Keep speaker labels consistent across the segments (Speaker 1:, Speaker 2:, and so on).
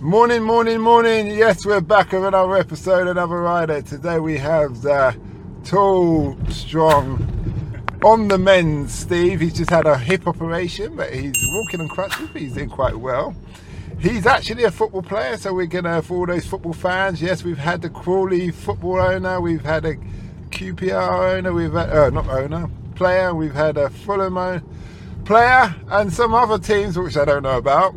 Speaker 1: Morning, morning, morning. Yes, we're back with another episode, another rider. Today we have the tall, strong, on the mend Steve. He's just had a hip operation, but he's walking on crutches, but he's doing quite well. He's actually a football player, so we're gonna for all those football fans. Yes, we've had the Crawley football owner, we've had a QPR owner, we've had uh, not owner player, we've had a Fulham owner, player, and some other teams which I don't know about.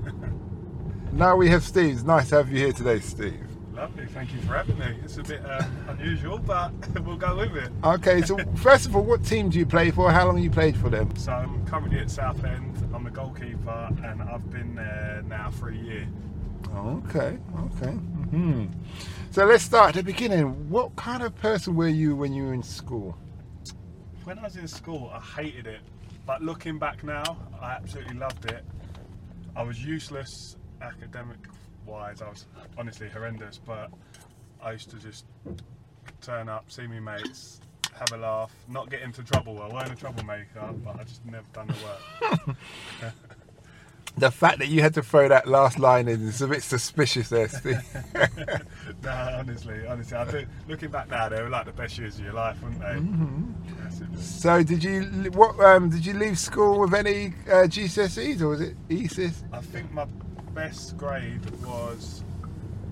Speaker 1: Now we have Steve. It's nice to have you here today, Steve.
Speaker 2: Lovely, thank you for having me. It's a bit uh, unusual, but we'll go with it.
Speaker 1: Okay, so first of all, what team do you play for? How long you played for them?
Speaker 2: So I'm currently at Southend. I'm the goalkeeper, and I've been there now for a year.
Speaker 1: Okay, okay. hmm So let's start at the beginning. What kind of person were you when you were in school?
Speaker 2: When I was in school, I hated it, but looking back now, I absolutely loved it. I was useless academic-wise. I was honestly horrendous, but I used to just turn up, see me mates, have a laugh, not get into trouble. I weren't a troublemaker, but I just never done the work.
Speaker 1: The fact that you had to throw that last line in is a bit suspicious there, Steve.
Speaker 2: no, honestly, honestly, I think looking back now, they were like the best years of your life, weren't they?
Speaker 1: Mm-hmm.
Speaker 2: That's it.
Speaker 1: so did you what um, did you leave school with any uh, GCSEs or was it E ECS?
Speaker 2: I think my best grade was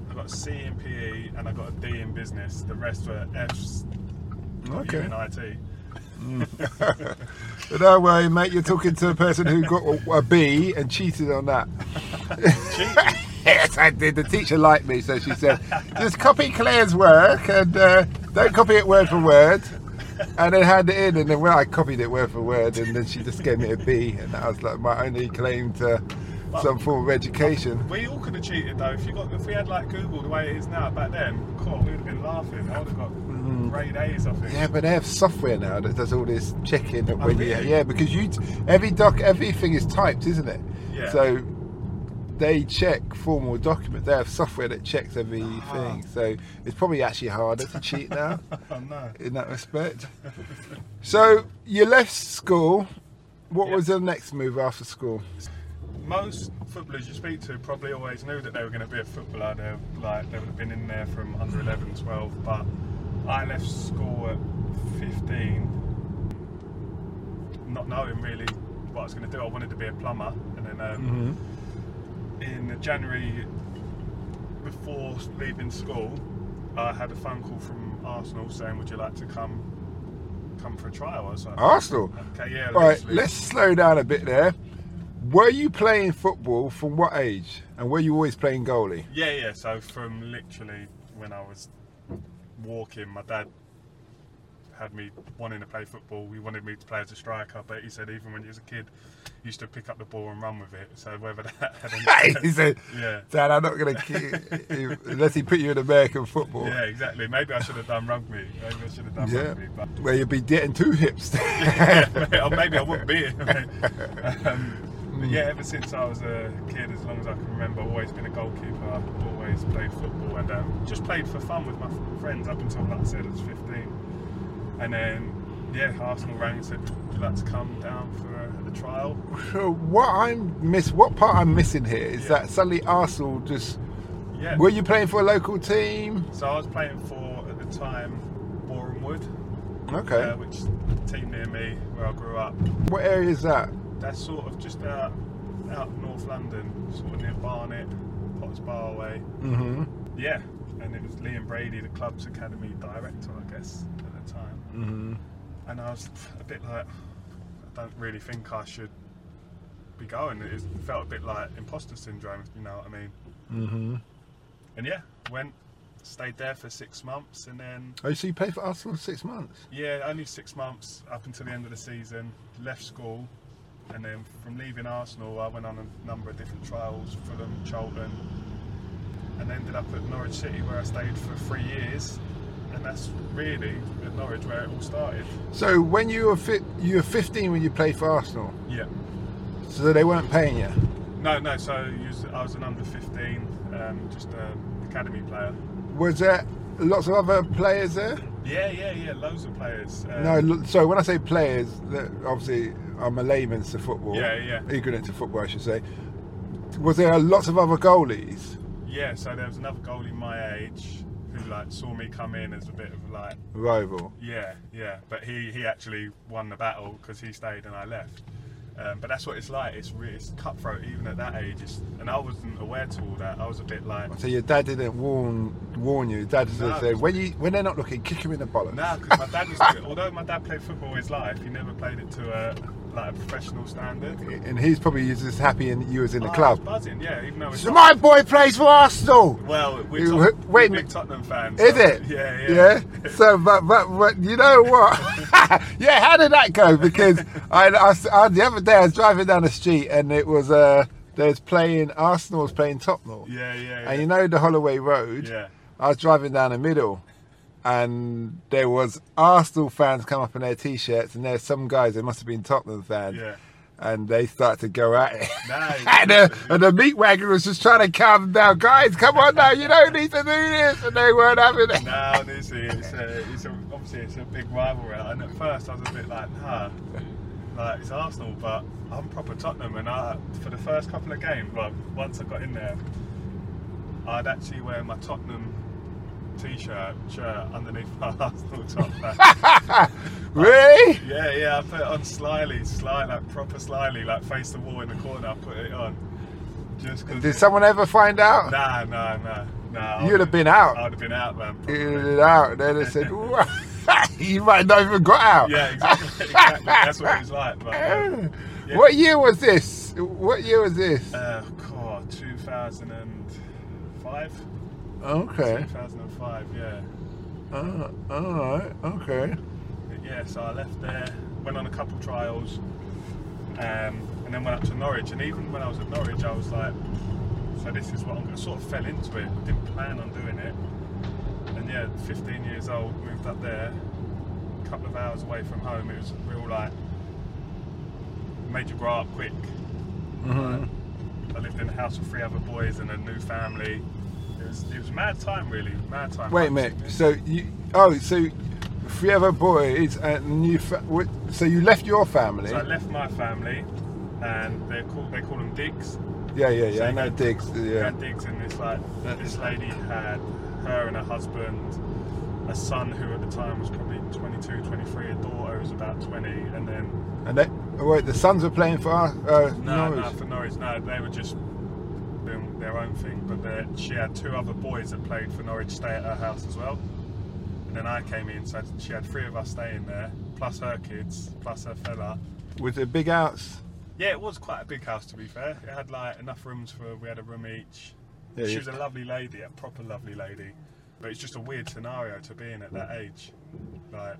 Speaker 2: I got a C in PE and I got a D in business. The rest were Fs.
Speaker 1: Okay.
Speaker 2: In IT.
Speaker 1: But don't worry, mate. You're talking to a person who got a, a B and cheated on that.
Speaker 2: Cheating.
Speaker 1: yes, I did. The teacher liked me, so she said, just copy Claire's work and uh, don't copy it word for word. And then hand it in, and then well, I copied it word for word, and then she just gave me a B, and that was like my only claim to some form of education.
Speaker 2: we all could have cheated though. If you got, if we had like Google the way it is now back then, cool, we'd have been laughing. I would have got grade A's, I think.
Speaker 1: Mm-hmm. Yeah, but they have software now that does all this checking of
Speaker 2: Oh,
Speaker 1: when you,
Speaker 2: really?
Speaker 1: yeah, because you t- every doc everything is typed, isn't it?
Speaker 2: Yeah.
Speaker 1: So they check formal documents. They have software that checks everything.
Speaker 2: Ah.
Speaker 1: So it's probably actually harder to cheat now
Speaker 2: Oh no.
Speaker 1: in that respect. So you left school. What
Speaker 2: Yeah.
Speaker 1: was the next move after school?
Speaker 2: Most footballers you speak to probably always knew that they were going to be a footballer. They were, like they would have been in there from under 11, 12. But I left school at 15, not knowing really what I was going to do. I wanted to be a plumber, and then um,
Speaker 1: Mm-hmm.
Speaker 2: in January before leaving school, I had a phone call from Arsenal saying, "Would you like to come come for a trial?" I was like,
Speaker 1: Arsenal.
Speaker 2: "Okay, yeah."
Speaker 1: All right,
Speaker 2: literally.
Speaker 1: let's slow down a bit there. Were you playing football from what age? And were you always playing goalie?
Speaker 2: Yeah, yeah. So from literally when I was walking, my dad had me wanting to play football. He wanted me to play as a striker, but he said even when he was a kid, he used to pick up the ball and run with it. So whether that had any
Speaker 1: he said,
Speaker 2: Yeah.
Speaker 1: Dad, I'm not going to unless he put you in American football.
Speaker 2: yeah, exactly. Maybe I should have done rugby. Maybe I should have done
Speaker 1: Yeah.
Speaker 2: rugby, but
Speaker 1: Where you'd be getting two hips.
Speaker 2: or maybe I wouldn't be. um, but yeah, ever since I was a kid, as long as I can remember, I've always been a goalkeeper. Always played football and um, just played for fun with my f- friends up until, like I said, I was 15. And then, yeah, Arsenal rang and said, "Would you like to come down for a, a trial?"
Speaker 1: So what I'm miss, what part I'm missing here is
Speaker 2: Yeah.
Speaker 1: that suddenly Arsenal just.
Speaker 2: Yeah.
Speaker 1: Were you playing for a local team?
Speaker 2: So I was playing for at the time Boreham Wood,
Speaker 1: Okay.
Speaker 2: uh, which is a team near me where I grew up.
Speaker 1: what area is that?
Speaker 2: That's sort of just out out North London, sort of near Barnet, Potts Bar away.
Speaker 1: Mm-hmm.
Speaker 2: Yeah, and it was Liam Brady, the club's academy director, I guess, at the time.
Speaker 1: Mm-hmm.
Speaker 2: And I was a bit like, I don't really think I should be going. It felt a bit like imposter syndrome, if you know what I mean.
Speaker 1: Mm-hmm.
Speaker 2: And yeah, went, stayed there for six months, and then
Speaker 1: Oh, so you played for Arsenal for six months?
Speaker 2: yeah, only six months up until the end of the season. Left school, and then from leaving Arsenal, I went on a number of different trials, Fulham, Cholton, and ended up at Norwich City where I stayed for three years. And that's really at Norwich where it all started.
Speaker 1: So when you were fit, you were 15 when you played for Arsenal.
Speaker 2: Yeah.
Speaker 1: So they weren't paying you.
Speaker 2: No, no. So you was, I was an under 15, um, just an academy player.
Speaker 1: Was there lots of other players there?
Speaker 2: Yeah, yeah, yeah. Loads of players. Um,
Speaker 1: No, look, so when I say players, that obviously I'm a layman to football.
Speaker 2: Yeah, yeah.
Speaker 1: Ignorant to football, I should say. Was there lots of other goalies?
Speaker 2: yeah, so there was another goalie my age who like saw me come in as a bit of like
Speaker 1: Rival.
Speaker 2: yeah, yeah. But he he actually won the battle because he stayed and I left. Um, but that's what it's like. It's re- it's cutthroat even at that age. It's, and I wasn't aware to all that. I was a bit like.
Speaker 1: So your dad didn't warn warn you. Dad just
Speaker 2: No.
Speaker 1: said when you when they're not looking, kick him in the bollocks.
Speaker 2: Nah, because my dad was. although my dad played football his life, he never played it to a like a professional standard.
Speaker 1: And he's probably just as happy and you was in the
Speaker 2: Oh, I was
Speaker 1: club.
Speaker 2: buzzing, yeah. Even though it's
Speaker 1: So
Speaker 2: not-
Speaker 1: my boy plays for Arsenal.
Speaker 2: Well, we're,
Speaker 1: You-
Speaker 2: Tot-
Speaker 1: wait
Speaker 2: we're
Speaker 1: a
Speaker 2: big
Speaker 1: minute.
Speaker 2: Tottenham fans.
Speaker 1: Is
Speaker 2: so-
Speaker 1: it?
Speaker 2: Yeah,
Speaker 1: Yeah.
Speaker 2: yeah.
Speaker 1: So, but, but, but you know what? yeah, how did that go? Because I, I s- I- the other day I was driving down the street and it was, uh, there's playing, Arsenal's playing Tottenham.
Speaker 2: Yeah, yeah,
Speaker 1: And
Speaker 2: yeah.
Speaker 1: you know the Holloway Road?
Speaker 2: Yeah.
Speaker 1: I was driving down the middle and there was Arsenal fans come up in their t-shirts and there's some guys, they must have been Tottenham fans.
Speaker 2: Yeah.
Speaker 1: And they start to go at it.
Speaker 2: Nah,
Speaker 1: and, uh, the, and the meat wagon was just trying to calm them down. Guys, come on now, you don't need to do this. And they weren't having it.
Speaker 2: No, honestly, it's, a, it's a, obviously it's a big rivalry, and at first I was a bit like, nah, like it's Arsenal, but I'm proper Tottenham, and I, for the first couple of games, like once I got in there, I'd actually wear my Tottenham t-shirt shirt underneath my Arsenal top. hat.
Speaker 1: Really?
Speaker 2: yeah, yeah, I put it on slyly, sly, like proper slyly, like face the wall in the corner. I put it on just because.
Speaker 1: Did someone ever find out?
Speaker 2: Nah, nah, nah, nah. I
Speaker 1: You'd have
Speaker 2: would've-
Speaker 1: been out.
Speaker 2: I'd have been out, man. probably.
Speaker 1: Figured it out. Then they said, "Wha- you might not even got out.
Speaker 2: Yeah, exactly. exactly. That's what it was like. But, uh, yeah.
Speaker 1: What year was this? What year was this?
Speaker 2: Uh, God, 2005.
Speaker 1: okay.
Speaker 2: 2005, yeah.
Speaker 1: Uh, all right. Okay.
Speaker 2: But yeah, so I left there, went on a couple trials, um, and then went up to Norwich. And even when I was at Norwich, I was like, so this is what I'm going to sort of fell into it. Didn't plan on doing it. And yeah, 15 years old, moved up there, a couple of hours away from home. It was real like, made you grow up quick.
Speaker 1: Mhm.
Speaker 2: I lived in a house with three other boys and a new family. It was, it was a mad time, really. Mad time.
Speaker 1: Wait a minute. So you? Oh, so three other boys and you. Fa- what- so you left your family?
Speaker 2: So I left my family, and they call they call them digs.
Speaker 1: yeah, yeah, yeah.
Speaker 2: So
Speaker 1: I
Speaker 2: you
Speaker 1: know
Speaker 2: got-
Speaker 1: Diggs.
Speaker 2: you
Speaker 1: Yeah.
Speaker 2: got digs, and this like this lady had her and her husband, a son who at the time was probably 22, 23, a daughter who was about 20, and then
Speaker 1: And they, oh, wait, the sons were playing for us. Uh,
Speaker 2: no, no,
Speaker 1: Norwich.
Speaker 2: for Norwich, no, they were just doing their own thing. But they- she had two other boys that played for Norwich stay at her house as well. And then I came in, so I- she had three of us staying there, plus her kids, plus her fella.
Speaker 1: With the big outs.
Speaker 2: Yeah, it was quite a big house to be fair. It had like enough rooms for we had a room each.
Speaker 1: Yeah,
Speaker 2: she
Speaker 1: yeah.
Speaker 2: was a lovely lady, a proper lovely lady. But it's just a weird scenario to be in at that age, like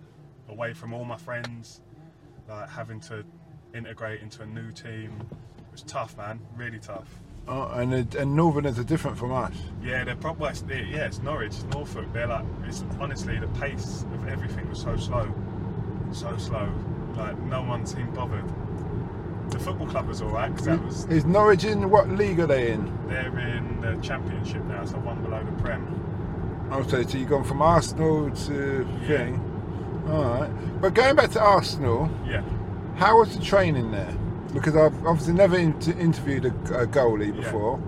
Speaker 2: away from all my friends, like having to integrate into a new team. It was tough, man. Really tough.
Speaker 1: Oh, and it- and Northerners are different from us.
Speaker 2: Yeah, they're probably it's, they- yeah, it's Norwich, it's Norfolk. They're like it's honestly the pace of everything was so slow, so slow. Like no one seemed bothered. The football club was all right because that was
Speaker 1: Is Norwich in what league are they in?
Speaker 2: They're in the championship now, so one below the Prem.
Speaker 1: Oh, so, so you've gone from Arsenal to thing. All right. But going back to Arsenal,
Speaker 2: Yeah,
Speaker 1: how was the training there? Because I've obviously never inter- interviewed a, a goalie
Speaker 2: Yeah.
Speaker 1: before.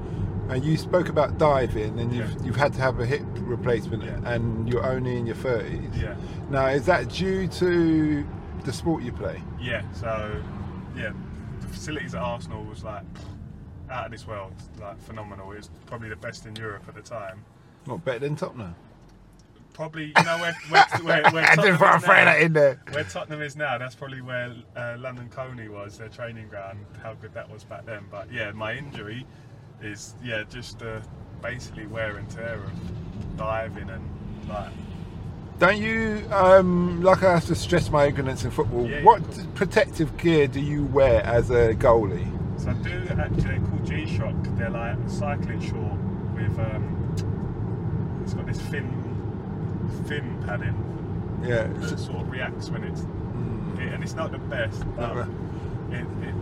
Speaker 1: And you spoke about diving, and you've,
Speaker 2: Yeah.
Speaker 1: you've had to have a hip replacement,
Speaker 2: Yeah.
Speaker 1: and you're only in your 30s.
Speaker 2: yeah,
Speaker 1: Now, is that due to the sport you play?
Speaker 2: yeah. So, yeah, the facilities at Arsenal was like out of this world, like phenomenal. It was probably the best in Europe at the time.
Speaker 1: Not better than Tottenham.
Speaker 2: Probably, you know, where, where, where, where
Speaker 1: I
Speaker 2: Tottenham
Speaker 1: didn't want
Speaker 2: is
Speaker 1: to throw
Speaker 2: now-
Speaker 1: that in there.
Speaker 2: Where Tottenham is now, that's probably where uh, London Coney was, their training ground, how good that was back then. But yeah, my injury is, yeah, just uh, basically wear and tear of diving and like
Speaker 1: Don't you, um, like I have to stress my ignorance in football,
Speaker 2: Yeah, yeah,
Speaker 1: what
Speaker 2: of course.
Speaker 1: protective gear do you wear as a goalie?
Speaker 2: So I do actually they're called G-Shock. They're like a cycling short with um, it's got this thin thin padding
Speaker 1: Yeah.
Speaker 2: that sort of reacts when it's hit, and it's not the best. But
Speaker 1: Not
Speaker 2: it, it,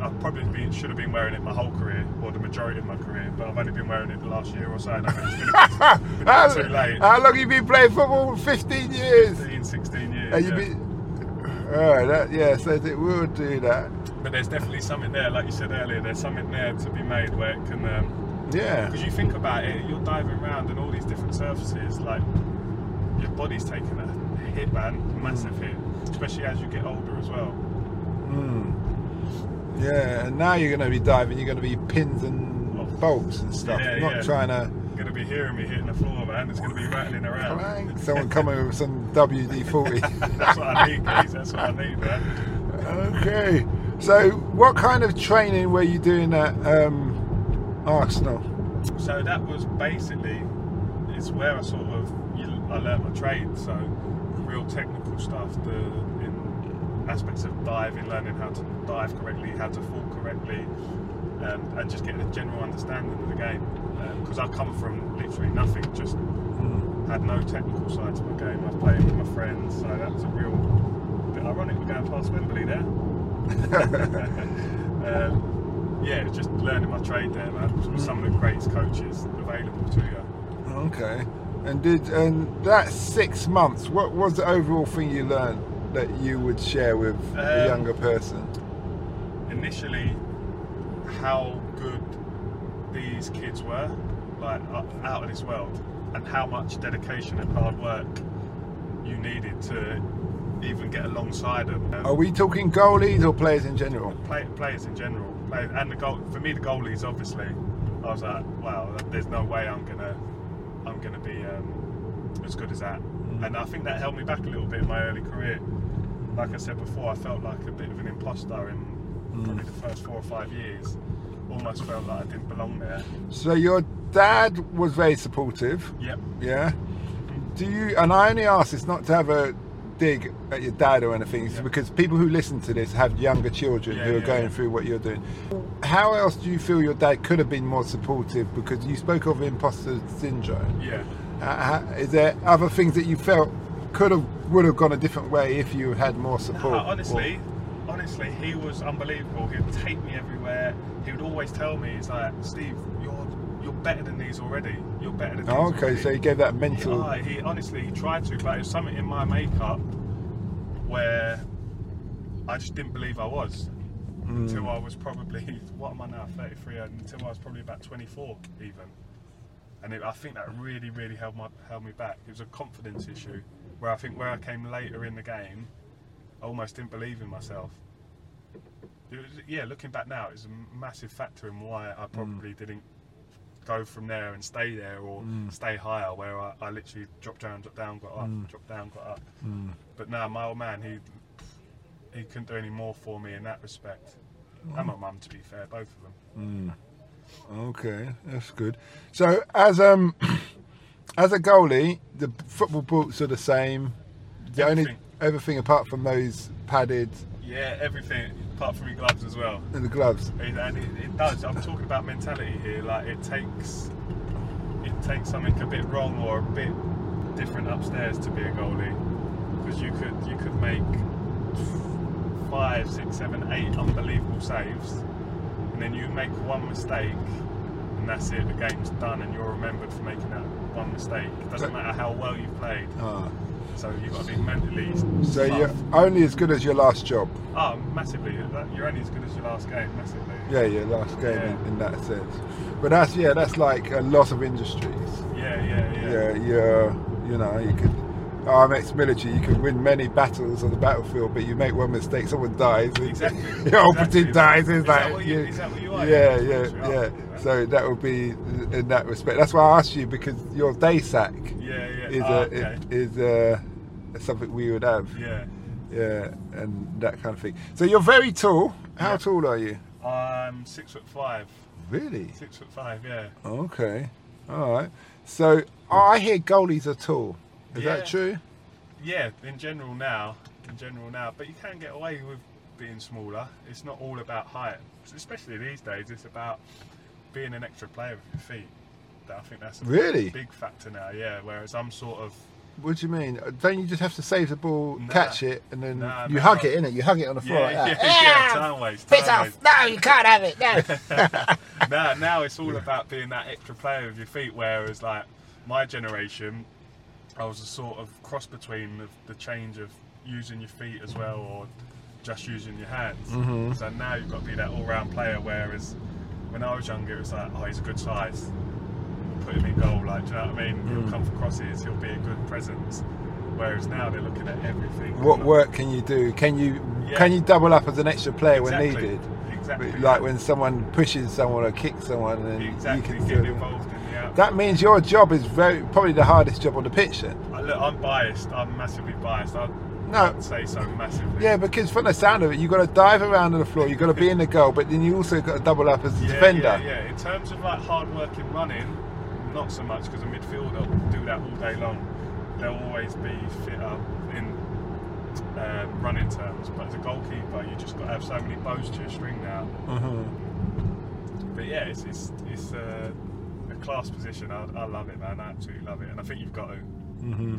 Speaker 2: I've probably been, should have been wearing it my whole career, or the majority of my career, but I've only been wearing it the last year or so. And I think it's been about
Speaker 1: how,
Speaker 2: too late.
Speaker 1: how long you been playing football? 15 years.
Speaker 2: 15, 16 years.
Speaker 1: Have you
Speaker 2: yeah.
Speaker 1: been, oh, that, yeah, so it will do that.
Speaker 2: But there's definitely something there, like you said earlier. There's something there to be made where it can um,
Speaker 1: Yeah.
Speaker 2: Because you think about it, you're diving around and all these different surfaces, like your body's taking a hit, man, massive hit, especially as you get older as well.
Speaker 1: Hmm. Yeah, and now you're going to be diving, you're going to be pins
Speaker 2: Oh.
Speaker 1: and bolts and stuff.
Speaker 2: Yeah,
Speaker 1: You're not
Speaker 2: yeah.
Speaker 1: trying to.
Speaker 2: You're gonna be hearing me hitting the floor, man. It's gonna be rattling around.
Speaker 1: Clank, Someone coming with some WD 40.
Speaker 2: That's what I need, guys. That's what I need, man.
Speaker 1: okay. So, what kind of training were you doing at um, Arsenal?
Speaker 2: So that was basically it's where I sort of you, I learnt my trade. So real technical stuff, the in aspects of diving, learning how to dive correctly, how to fall correctly, um, and just getting a general understanding of the game. Because I've come from literally nothing, just had no technical side to my game. I was playing with my friends, so that's a real bit ironic. We're going past Wembley there. um, yeah, it's just learning my trade there, man. From some of the greatest coaches available to you.
Speaker 1: Okay. And did and that six months? What was the overall thing you learned that you would share with a
Speaker 2: Um,
Speaker 1: younger person?
Speaker 2: initially how good these kids were, like uh, out of this world, and how much dedication and hard work you needed to even get alongside them. Um,
Speaker 1: Are we talking goalies or players in general?
Speaker 2: play, players in general, play, and the goal for me, the goalies obviously. I was like, wow, there's no way I'm gonna, I'm gonna be um, as good as that.
Speaker 1: Mm.
Speaker 2: And I think that held me back a little bit in my early career. Like I said before, I felt like a bit of an imposter in
Speaker 1: Mm.
Speaker 2: probably the first four or five years. Almost felt like I didn't belong there.
Speaker 1: So your dad was very supportive.
Speaker 2: Yep.
Speaker 1: Yeah. Do you? And I only ask this not to have a dig at your dad or anything, it's
Speaker 2: Yeah.
Speaker 1: because people who listen to this have younger children
Speaker 2: Yeah,
Speaker 1: who are
Speaker 2: yeah,
Speaker 1: going
Speaker 2: yeah.
Speaker 1: through what you're doing. How else do you feel your dad could have been more supportive? Because you spoke of imposter syndrome.
Speaker 2: Yeah.
Speaker 1: Uh, ha- is there other things that you felt could have would have gone a different way if you had more support?
Speaker 2: No, Uh, honestly, honestly, he was unbelievable. He'd take me everywhere. He would always tell me, "He's like, Steve, you're you're better than these already. You're better than."
Speaker 1: Or- Oh,
Speaker 2: these
Speaker 1: okay,
Speaker 2: already."
Speaker 1: so you gave that mental.
Speaker 2: Yeah, he honestly he tried to, but it was something in my makeup where I just didn't believe I was until I was probably what am I now, 33, and until I was probably about 24 even. And it, I think that really, really held my held me back. It was a confidence issue where I think where I came later in the game, I almost didn't believe in myself. It was- yeah, looking back now, it's a massive factor in why I probably didn't go from there and stay there or stay higher where I, I literally dropped down, dropped down, got up, dropped down, got up. But now my old man, he he couldn't do any more for me in that respect. And my mum, to be fair, both of them.
Speaker 1: Okay, that's good. So as um as a goalie, the football boots are the same. The only
Speaker 2: Everything.
Speaker 1: everything apart from those padded
Speaker 2: Yeah, everything apart from your gloves as well.
Speaker 1: and the gloves.
Speaker 2: It- And it, it does. I'm talking about mentality here. Like it takes it takes something a bit wrong or a bit different upstairs to be a goalie because you could you could make five, six, seven, eight unbelievable saves, and then you make one mistake, and that's it. The game's done, and you're remembered for making that one mistake. It doesn't matter how well you played.
Speaker 1: Ah.
Speaker 2: So you've got to be mentally.
Speaker 1: So
Speaker 2: tough.
Speaker 1: you're only as good as your last job.
Speaker 2: Oh, massively. That- You're only as good as your last game, massively.
Speaker 1: Yeah, your last game in,
Speaker 2: Yeah.
Speaker 1: in that sense. But that's yeah, that's like a lot of industries.
Speaker 2: Yeah, yeah, yeah.
Speaker 1: yeah, you're, you know, you could. I'm ex-military. You could win many battles on the battlefield, but you make one mistake, someone dies.
Speaker 2: Exactly,
Speaker 1: Your operative
Speaker 2: exactly.
Speaker 1: dies. It's
Speaker 2: Is
Speaker 1: like,
Speaker 2: that what you- is that what you are?
Speaker 1: Yeah,
Speaker 2: Yeah,
Speaker 1: yeah,
Speaker 2: that's what you
Speaker 1: yeah.
Speaker 2: are.
Speaker 1: So that would be in that respect. That's why I asked you because your day sack
Speaker 2: Yeah, yeah.
Speaker 1: is
Speaker 2: Ah,
Speaker 1: a,
Speaker 2: okay.
Speaker 1: is a, something we would have.
Speaker 2: yeah.
Speaker 1: Yeah, and that kind of thing. So you're very tall. How
Speaker 2: Yeah.
Speaker 1: tall are you?
Speaker 2: I'm six foot five.
Speaker 1: Really?
Speaker 2: Six foot five, yeah.
Speaker 1: Okay. All right. So oh, I hear goalies are tall. Is
Speaker 2: Yeah.
Speaker 1: that true?
Speaker 2: Yeah, in general now, in general now, but you can get away with being smaller. It's not all about height, especially these days. It's about being an extra player with your feet. That- I think that's a
Speaker 1: Really?
Speaker 2: big factor now. Yeah, whereas I'm sort of
Speaker 1: What do you mean? Don't you just have to save the ball,
Speaker 2: Nah.
Speaker 1: catch it, and then
Speaker 2: Nah,
Speaker 1: you
Speaker 2: nah,
Speaker 1: hug
Speaker 2: nah.
Speaker 1: it, innit? You hug it on the floor
Speaker 2: yeah,
Speaker 1: like
Speaker 2: yeah,
Speaker 1: that.
Speaker 2: yeah, time waste.
Speaker 3: Piss
Speaker 2: time
Speaker 3: off!
Speaker 2: waste.
Speaker 3: No, you can't have it. No.
Speaker 2: now, now it's all about being that extra player with your feet. Whereas, like my generation, I was a sort of cross between the, the change of using your feet as
Speaker 1: Mm-hmm.
Speaker 2: well, or just using your hands. So now you've got to be that all-round player. Whereas when I was younger, it was like, oh, he's a good size. Put him in goal, like, do you know what I mean?
Speaker 1: Mm.
Speaker 2: He'll come for crosses, he'll be a good presence. Whereas now they're looking at everything.
Speaker 1: What
Speaker 2: Like,
Speaker 1: work can you do? Can you
Speaker 2: Yeah.
Speaker 1: can you double up as an extra player when
Speaker 2: Exactly,
Speaker 1: needed?
Speaker 2: Exactly.
Speaker 1: Like when someone pushes someone or kicks someone, and
Speaker 2: exactly
Speaker 1: you can
Speaker 2: get
Speaker 1: still-
Speaker 2: involved in the outfit.
Speaker 1: That means your job is very probably the hardest job on the pitch. Then.
Speaker 2: I, look, I'm biased. I'm massively biased. I'd
Speaker 1: No.
Speaker 2: say so massively.
Speaker 1: Yeah, because from the sound of it, you've got to dive around on the floor, you've got to be in the goal, but then you also got to double up as a
Speaker 2: Yeah,
Speaker 1: defender.
Speaker 2: Yeah, yeah. In terms of like hard work in running, not so much because a midfielder will do that all day long. They'll always be fit up in um, running terms, but as a goalkeeper, you just got to have so many bows to your string now.
Speaker 1: Mhm.
Speaker 2: But yeah, it's it's, it's uh, a class position. I, I love it, man. I absolutely love it, and I think you've got to.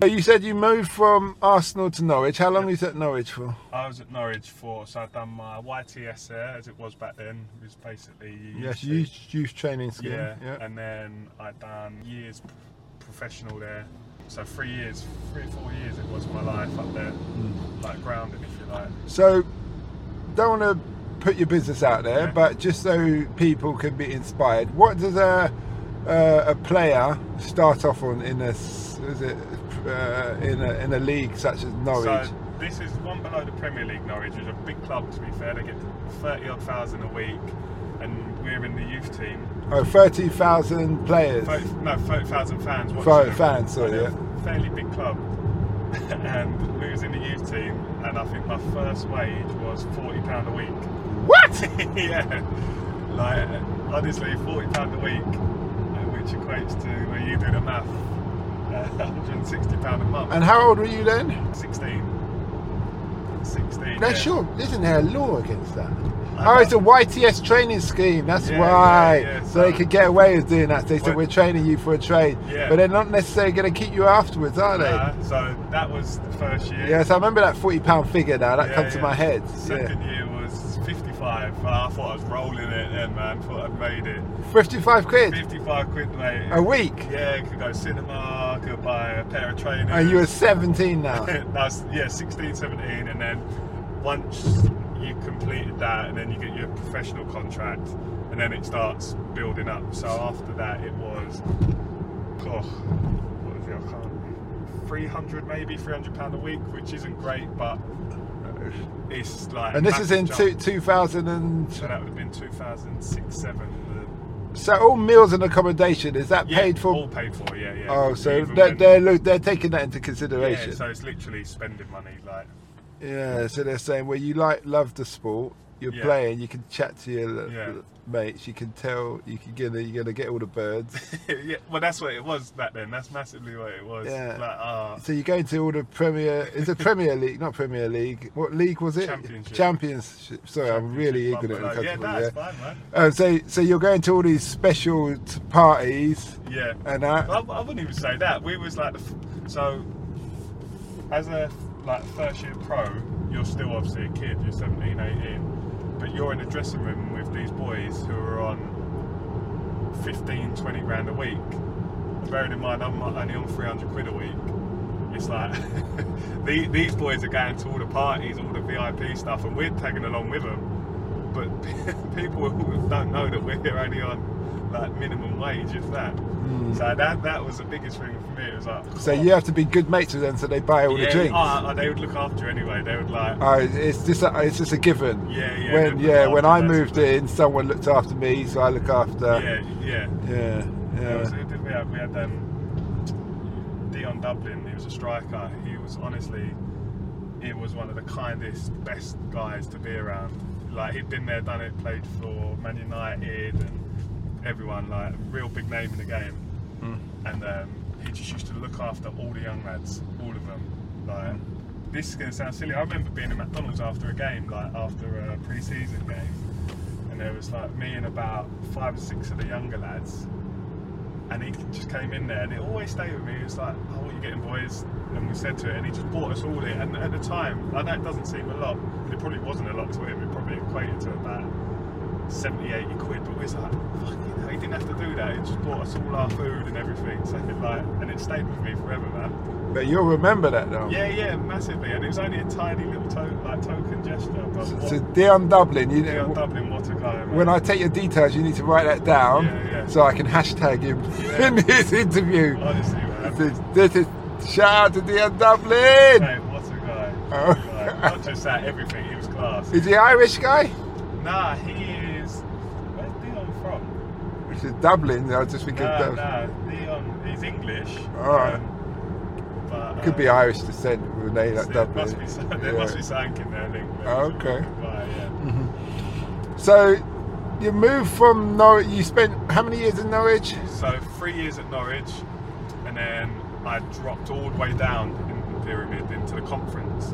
Speaker 1: So You said you moved from Arsenal to Norwich. How long was you at Norwich for?
Speaker 2: I was at Norwich for, so I'd done my YTS there, as it was back then. It was basically
Speaker 1: Yes,
Speaker 2: you.
Speaker 1: youth, youth training scheme.
Speaker 2: Yeah,
Speaker 1: Yeah.
Speaker 2: and then I done years p- professional there. So three years, three or four years it was my life up there, like grounded if you like.
Speaker 1: So, don't want to put your business out there,
Speaker 2: Yeah.
Speaker 1: but just so people can be inspired, what does a uh, a player start off on in a s- is it uh, in a in a league such as Norwich?
Speaker 2: So this is one below the Premier League. Norwich is a big club to be fair. They get thirty odd thousand a week, and we're in the youth team.
Speaker 1: oh, 30,000 players.
Speaker 2: Thirty- no, thirty thousand fans. watching
Speaker 1: Thirty
Speaker 2: them.
Speaker 1: fans, sorry,
Speaker 2: They're a
Speaker 1: yeah.
Speaker 2: Fairly big club, and we was in the youth team, and I think my first wage was forty pound a week.
Speaker 1: What?
Speaker 2: yeah, like honestly, forty pound a week, uh, which equates to when you do the math, uh, one hundred and sixty pound a month.
Speaker 1: And how old were you then?
Speaker 2: sixteen. Sixteen.
Speaker 1: That's
Speaker 2: yeah.
Speaker 1: sure. Isn't there a law against that?
Speaker 2: I
Speaker 1: Oh, it's a
Speaker 2: know.
Speaker 1: YTS training scheme. That's
Speaker 2: Yeah, yeah,
Speaker 1: why.
Speaker 2: yeah,
Speaker 1: so they
Speaker 2: so-
Speaker 1: could get away with doing that. They said
Speaker 2: Well-
Speaker 1: we're training you for a trade,
Speaker 2: Yeah.
Speaker 1: but they're not necessarily going to keep you afterwards, are they?
Speaker 2: Uh, so that was the first year.
Speaker 1: Yes, I remember that forty pound figure now. That
Speaker 2: Yeah,
Speaker 1: comes to
Speaker 2: yeah.
Speaker 1: my head.
Speaker 2: Second year was 55, and I thought I was rolling it then, man. Thought I'd made it.
Speaker 1: yeah. Fifty-five quid
Speaker 2: 55 quid, mate.
Speaker 1: a week,
Speaker 2: Yeah, could go cinema, could buy a pair of trainers.
Speaker 1: and you were seventeen now.
Speaker 2: That's yeah, 16, 17, and then once you completed that, and then you get your professional contract, and then it starts building up. So after that, it was, oh, what is it? I can't. 300 maybe 300 pound a week, which isn't great, but it's like.
Speaker 1: and this is in two,
Speaker 2: massive jump.
Speaker 1: two thousand and
Speaker 2: So that would have been 2006, seven.
Speaker 1: so all meals and accommodation is that
Speaker 2: The, yeah,
Speaker 1: paid for?
Speaker 2: All paid for, yeah, yeah.
Speaker 1: Oh, so
Speaker 2: Even
Speaker 1: they're,
Speaker 2: when-
Speaker 1: they're lo- they're taking that into
Speaker 2: yeah,
Speaker 1: consideration.
Speaker 2: so it's literally spending money, like
Speaker 1: Yeah, so they're saying, well, you like love the sport, you're
Speaker 2: Yeah.
Speaker 1: playing, you can chat to your l-
Speaker 2: Yeah.
Speaker 1: l- mates, you can tell, you can get, you're gonna get all the birds.
Speaker 2: yeah, well, that's what it was back then. That's massively what it was.
Speaker 1: Yeah.
Speaker 2: Like, ah,
Speaker 1: so you go into all the Premier, it's a Premier League, not Premier League. What league was it?
Speaker 2: Championship.
Speaker 1: Championship. Sorry, I'm really
Speaker 2: bump
Speaker 1: ignorant.
Speaker 2: below.
Speaker 1: in
Speaker 2: Yeah,
Speaker 1: country,
Speaker 2: that's
Speaker 1: yeah.
Speaker 2: fine, man.
Speaker 1: Uh, so, so you're going to all these special t- parties
Speaker 2: Yeah,
Speaker 1: and uh, that.
Speaker 2: I, I wouldn't even say that. We was like the f- so as a like first year pro, you're still obviously a kid. You're 17, 18, but you're in a dressing room with these boys who are on 15, 20 grand a week. Bearing in mind, I'm only on 300 quid a week. It's like the- these boys are going to all the parties, all the VIP stuff, and we're tagging along with them. But people don't know that we're only on like minimum wage, if that. So that that was the biggest thing for me. It was like
Speaker 1: Hmm. So
Speaker 2: oh,
Speaker 1: you have to be good mates with them, so they buy all
Speaker 2: yeah,
Speaker 1: the drinks.
Speaker 2: oh, oh, they would look after you anyway. They would like.
Speaker 1: Oh, it's just a, it's just a given.
Speaker 2: Yeah, yeah,
Speaker 1: When
Speaker 2: they look
Speaker 1: yeah, when
Speaker 2: after
Speaker 1: I
Speaker 2: us.
Speaker 1: moved in, someone looked after me, so I look after.
Speaker 2: yeah, yeah.
Speaker 1: Yeah,
Speaker 2: There was-
Speaker 1: yeah.
Speaker 2: we had, we had um, Dion Dublin. He was a striker. He was honestly, he was one of the kindest, best guys to be around. Like he'd been there, done it, played for Man United and everyone. Like real big name in the game. And um, he just used to look after all the young lads, all of them. Like this is gonna sound silly. I remember being in McDonald's after a game, like after a pre-season game, and there was like me and about five or six of the younger lads, and he just came in there and it always stayed with me. It was like, oh, what are you getting, boys? And we said to it, and he just bought us all it. And at the time, I know it doesn't seem a lot, but it probably wasn't a lot to him. It probably equated to about 70, 80 quid, but it's like, fucking hell, he didn't have to do that. He just bought us all our food and everything. So, like, and it stayed with me forever, man.
Speaker 1: But you'll remember that though.
Speaker 2: Yeah, yeah, massively. And it was only a tiny little to- like token gesture. But
Speaker 1: So,
Speaker 2: what,
Speaker 1: so Dion Dublin, you
Speaker 2: Leon
Speaker 1: know,
Speaker 2: Dublin, what a guy, man.
Speaker 1: when I take your details, you need to write that down
Speaker 2: Yeah, yeah.
Speaker 1: so I can hashtag him
Speaker 2: Yeah.
Speaker 1: in this interview.
Speaker 2: Honestly, man.
Speaker 1: This is, this is shout out to Dion Dublin.
Speaker 2: Mate, what a guy.
Speaker 1: Oh.
Speaker 2: What a guy. Not just that, everything. He was class.
Speaker 1: Is he Irish guy?
Speaker 2: Nah, he is. Where's Dion from?
Speaker 1: Which is Dublin. I was just thinking Dub-
Speaker 2: No, no, Leon, he's English.
Speaker 1: Alright.
Speaker 2: um, but,
Speaker 1: could be
Speaker 2: uh,
Speaker 1: Irish descent with a name like
Speaker 2: There
Speaker 1: Dublin.
Speaker 2: must be, some- there
Speaker 1: Yeah.
Speaker 2: must be something in there, I think.
Speaker 1: Oh, okay.
Speaker 2: Right, yeah.
Speaker 1: So you moved from Norwich. You spent how many years in Norwich?
Speaker 2: So three years at Norwich, and then I dropped all the way down in the pyramid into the conference,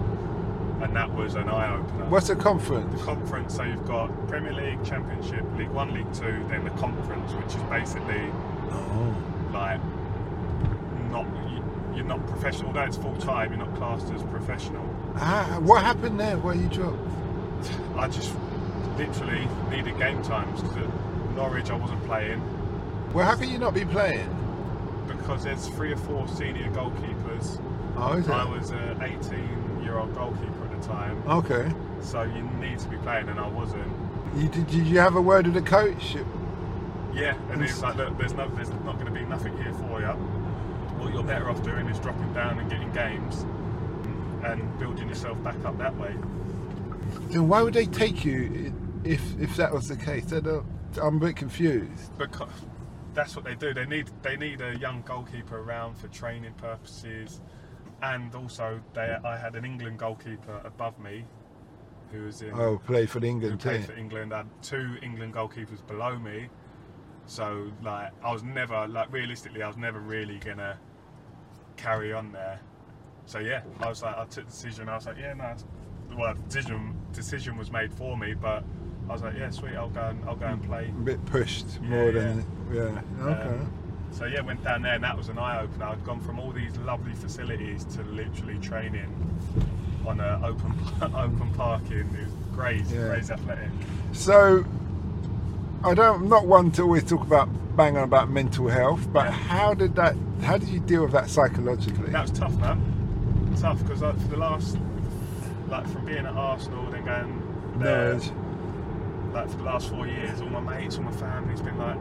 Speaker 2: and that was an eye opener.
Speaker 1: What's a conference?
Speaker 2: the conference? So you've got Premier League, Championship, League One, League Two, then the conference, which is basically like not you, you're not professional. Although it's full time, you're not classed as professional.
Speaker 1: Ah, what happened there? Where you dropped?
Speaker 2: I just literally needed game times because at Norwich I wasn't playing
Speaker 1: Well, how can you not be playing?
Speaker 2: because there's three or four senior goalkeepers.
Speaker 1: Oh, is it?
Speaker 2: I was an 18 year old goalkeeper at the time,
Speaker 1: Okay.
Speaker 2: so you need to be playing, and I wasn't.
Speaker 1: You did, did you have a word with the coach?
Speaker 2: Yeah, and he was like, look, there's no, there's not going to be nothing here for you. What you're better off doing is dropping down and getting games and building yourself back up that way.
Speaker 1: Then why would they take you i- if if that was the case? I don't- I'm a bit confused.
Speaker 2: because that's what they do. They need they need a young goalkeeper around for training purposes, and also they I had an England goalkeeper above me, who was in
Speaker 1: Oh, play for the
Speaker 2: who
Speaker 1: England
Speaker 2: played
Speaker 1: team.
Speaker 2: for England. I had two England goalkeepers below me, so like I was never like realistically I was never really gonna carry on there. So yeah, I was like I took the decision. I was like yeah no, it's- well the decision decision was made for me, but I was like yeah sweet I'll go and I'll go and play.
Speaker 1: A bit pushed
Speaker 2: Yeah,
Speaker 1: more
Speaker 2: yeah.
Speaker 1: than yeah. Okay.
Speaker 2: Um, so yeah, went down there and that was an eye opener. I'd gone from all these lovely facilities to literally training on an open open parking. It was great,
Speaker 1: Yeah.
Speaker 2: great athletic.
Speaker 1: So, I don't. I'm not one to always talk about bang on about mental health, but
Speaker 2: Yeah.
Speaker 1: how did that? How did you deal with that psychologically?
Speaker 2: That was tough, man. Tough because like, for the last like from being at Arsenal then going there,
Speaker 1: Nerves.
Speaker 2: like for the last four years, all my mates, all my family's been like,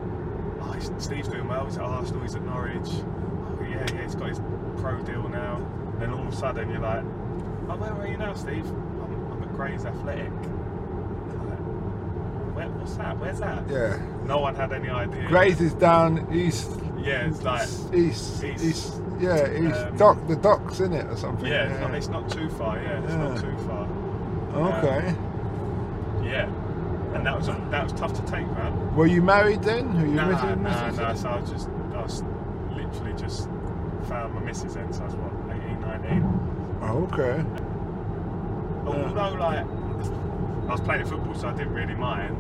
Speaker 2: oh, he's- Steve's doing well, he's at Arsenal, he's at Norwich. Oh, yeah, yeah, he's got his pro deal now. Then all of a sudden you're like, oh, where are you now, Steve? I'm, I'm at Grays Athletic. Like, Where, what's that? Where's that?
Speaker 1: yeah.
Speaker 2: No one had any idea.
Speaker 1: Grays is down east.
Speaker 2: Yeah, it's like,
Speaker 1: east, east,
Speaker 2: East.
Speaker 1: yeah, east
Speaker 2: Um,
Speaker 1: dock, the docks in it or something.
Speaker 2: yeah, it's not, it's not too far, yeah, it's not
Speaker 1: Yeah.
Speaker 2: too far.
Speaker 1: okay.
Speaker 2: Yeah. And that was that was tough to take, man.
Speaker 1: Were you married then? Were you with
Speaker 2: Nah,
Speaker 1: your
Speaker 2: nah,
Speaker 1: missus?
Speaker 2: nah. So I was just, I was literally just found my missus then. So I was what, 18, 19.
Speaker 1: Oh, okay.
Speaker 2: Although like, I was playing football, so I didn't really mind.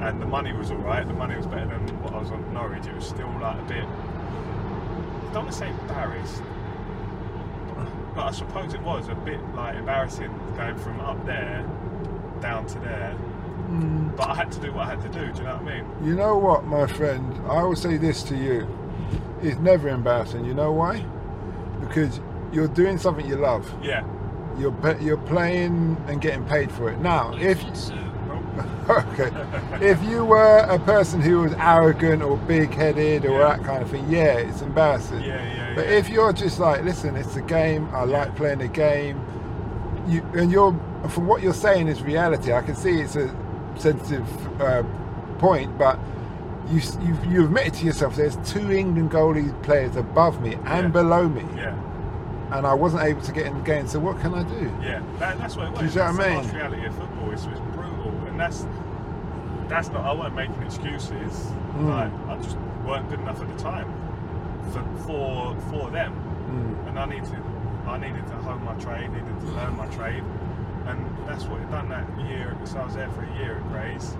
Speaker 2: And the money was all right. The money was better than what I was on at Norwich. It was still like a bit. I don't want to say embarrassed, but I suppose it was a bit like embarrassing going from up there down to there. But I had to do what I had to do. Do you know what I mean?
Speaker 1: Hmm. You know what, my friend? I will say this to you. It's never embarrassing. You know why? Because you're doing something you love.
Speaker 2: Yeah.
Speaker 1: You're pa- you're playing and getting paid for it. Now, if Oh. okay, if you were a person who was arrogant or big-headed or
Speaker 2: Yeah.
Speaker 1: that kind of thing, yeah, it's embarrassing.
Speaker 2: Yeah, yeah,
Speaker 1: But
Speaker 2: yeah.
Speaker 1: if you're just like, listen, it's a game. I like playing a game. You and you're from what you're saying is reality. I can see it's a sensitive uh, point, but you s- you've, you admitted to yourself there's two England goalie players above me and
Speaker 2: Yeah.
Speaker 1: below me,
Speaker 2: yeah.
Speaker 1: and I wasn't able to get in the game. So what can I do?
Speaker 2: Yeah, that, that's what it was.
Speaker 1: Do you see what I
Speaker 2: That's the
Speaker 1: mean?
Speaker 2: harsh reality of football. It's, it's brutal, and that's that's not. I weren't making excuses.
Speaker 1: Hmm.
Speaker 2: Like I just weren't good enough at the time for for for them, and I needed I needed to hone my trade, needed to learn my trade, and that's what it done that year. So I was there for a year at Grays,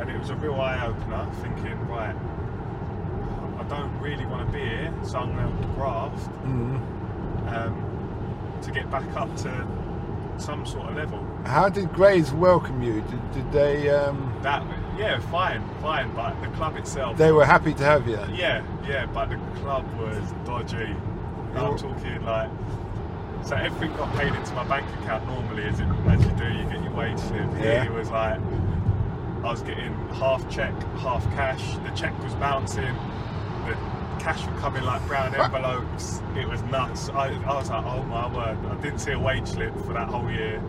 Speaker 2: and it was a real eye opener. Thinking right. I don't really want to be here, so I'm going to graft Mm-hmm. um, to get back up to some sort of level.
Speaker 1: How did Grays welcome you? Did, did they? Um,
Speaker 2: That yeah, fine, fine, but the club itself.
Speaker 1: They were happy to have you.
Speaker 2: Yeah, yeah, but the club was dodgy. I'm
Speaker 1: Oh.
Speaker 2: talking like. So everything got paid into my bank account normally, as, it, as you do, you get your wage slip.
Speaker 1: Yeah.
Speaker 2: Here it was like, I was getting half check, half cash. The check was bouncing. The cash would come in like brown envelopes. It was nuts. I, I was like, oh my word. I didn't see a wage slip for that whole year.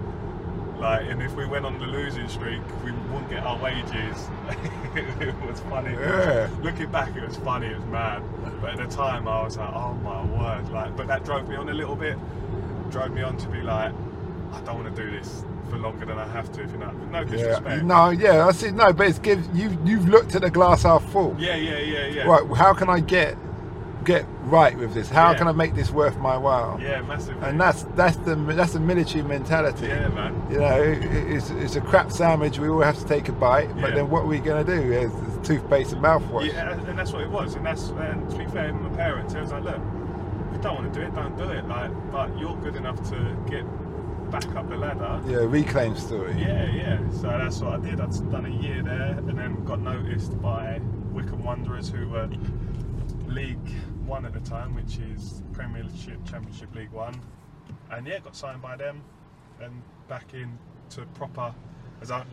Speaker 2: Like, and if we went on the losing streak, we wouldn't get our wages. it was funny.
Speaker 1: Yeah.
Speaker 2: Looking back, it was funny. It was mad. But at the time, I was like, oh my word. Like, but that drove me on a little bit. Drove me on to be like, I don't want to do this for longer than I have to. If you know, no disrespect.
Speaker 1: Yeah. No, yeah, I see. No, but it's give you you've looked at the glass half full.
Speaker 2: Yeah, yeah, yeah, yeah.
Speaker 1: Right, how can I get get right with this? How
Speaker 2: Yeah.
Speaker 1: can I make this worth my while?
Speaker 2: Yeah, massively.
Speaker 1: And that's that's the that's the military mentality.
Speaker 2: yeah, man.
Speaker 1: You know, it- it's, it's a crap sandwich. We all have to take a bite, but
Speaker 2: Yeah.
Speaker 1: then what are we going to do? It's, it's toothpaste and mouthwash.
Speaker 2: Yeah, and that's what it was. And that's and to be fair, my parents, I was like, look, if you don't want to do it, don't do it. Like, but you're good enough to get back up the ladder.
Speaker 1: Yeah, reclaim story.
Speaker 2: Yeah, yeah. So that's what I did. I'd done a year there, and then got noticed by Wickham Wanderers, who were League One at the time, which is Premiership, Championship, League One. And yeah, got signed by them, and back in to proper, as I, I,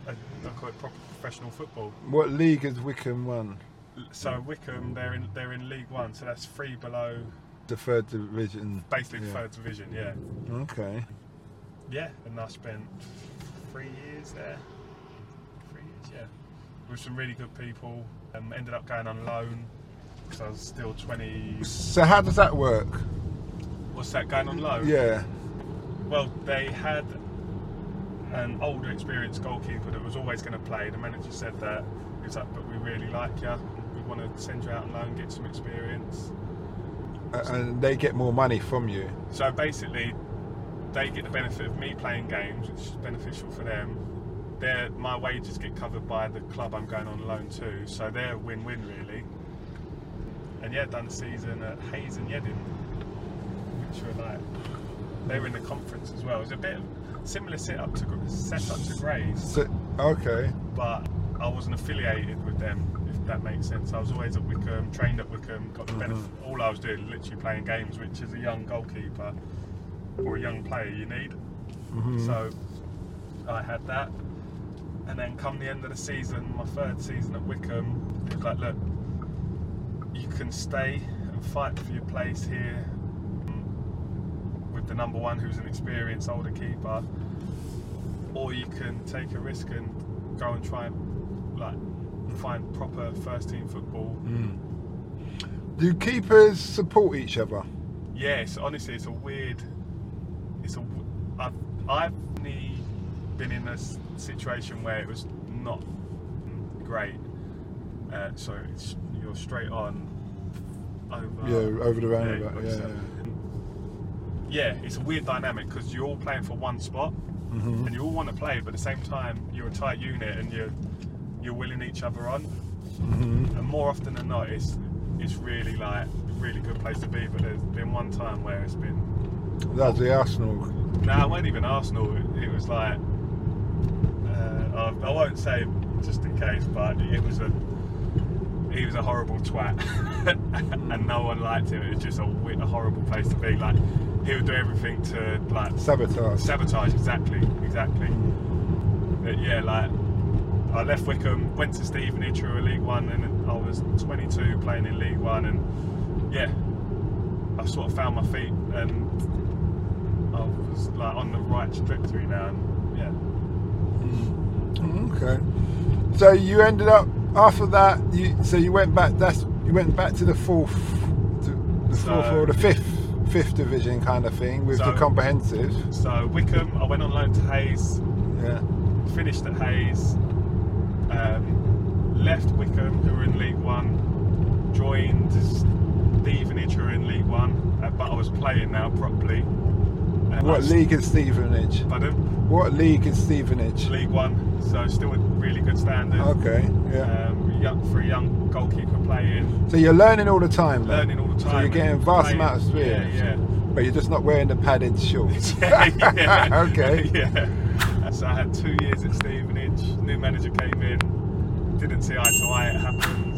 Speaker 2: I call it, proper professional football.
Speaker 1: What league has Wickham won?
Speaker 2: So Wickham, they're in they're in League One, so that's three below,
Speaker 1: The third division.
Speaker 2: basically
Speaker 1: Yeah.
Speaker 2: third division. Yeah,
Speaker 1: Okay.
Speaker 2: yeah. And I spent three years there. Three years, yeah. With some really good people. Um, ended up going on loan. So I was still 20.
Speaker 1: So how does that work?
Speaker 2: What's that? Going on loan?
Speaker 1: Yeah.
Speaker 2: Well, they had an older, experienced goalkeeper that was always going to play. The manager said that. He was like, but we really like you. We want to send you out on loan, get some experience.
Speaker 1: A- And they get more money from you.
Speaker 2: So basically, they get the benefit of me playing games, which is beneficial for them. Their, my wages get covered by the club I'm going on loan to, so they're a win-win really. And yeah, done the season at Hayes and Yeddin, which were like they were in the conference as well. It was a bit of similar setup to Gr- setup to Grays,
Speaker 1: So, okay.
Speaker 2: but I wasn't affiliated with them, if that makes sense. I was always at Wickham, trained at Wickham, got the benefit. All I was doing, literally playing games, which as a young goalkeeper or a young player, you need. So I had that, and then come the end of the season, my third season at Wickham, it was like, look, you can stay and fight for your place here mm, with the number one, who's an experienced older keeper or you can take a risk and go and try and like find proper first team football.
Speaker 1: Do keepers support each other?
Speaker 2: Yes, honestly, it's a weird. It's a. w- I've I've only been in a s- situation where it was not great. Uh, so it's, you're straight on over.
Speaker 1: yeah, over the roundabout.
Speaker 2: like
Speaker 1: Yeah.
Speaker 2: you
Speaker 1: yeah,
Speaker 2: said. yeah, it's a weird dynamic because you're all playing for one spot,
Speaker 1: Mm-hmm.
Speaker 2: and you all want to play, but at the same time, you're a tight unit and you're you're willing each other on.
Speaker 1: Mm-hmm.
Speaker 2: And more often than not, it's it's really like a really good place to be. But there's been one time where it's been
Speaker 1: That's the Arsenal.
Speaker 2: no, it weren't even Arsenal. It, it was like uh, I, I won't say just in case, but it was a he was a horrible twat, and no one liked him. It was just a, wi- a horrible place to be. Like he would do everything to like
Speaker 1: Sabotage.
Speaker 2: sabotage. Exactly, exactly. But yeah, like I left Wickham, went to Stevenage through a League One, and I was 22 playing in League One, and yeah, I sort of found my feet, and I was like on the right trajectory now, and yeah.
Speaker 1: Okay. So you ended up after that. You so you went back. That's you went back to the fourth, to the fourth
Speaker 2: So-
Speaker 1: or the fifth, fifth division kind of thing with the
Speaker 2: So-
Speaker 1: comprehensive.
Speaker 2: So Wickham, I went on loan to Hayes,
Speaker 1: Yeah.
Speaker 2: finished at Hayes, um, left Wickham, who were in League One, joined Stevenage, who were in League One, uh, but I was playing now properly. And I
Speaker 1: What
Speaker 2: was-
Speaker 1: league is Stevenage?
Speaker 2: Pardon?
Speaker 1: What league is Stevenage?
Speaker 2: League One, so still a really good standard.
Speaker 1: Okay. Yeah.
Speaker 2: Um, young, for a young goalkeeper playing,
Speaker 1: So you're learning all the time. though.
Speaker 2: learning all the
Speaker 1: So
Speaker 2: time.
Speaker 1: you're
Speaker 2: and
Speaker 1: getting vast
Speaker 2: playing.
Speaker 1: amount of experience.
Speaker 2: Yeah, yeah.
Speaker 1: But you're just not wearing the padded shorts.
Speaker 2: yeah, yeah.
Speaker 1: Okay.
Speaker 2: Yeah. So I had two years at Stevenage. New manager came in, didn't see eye to eye. It happened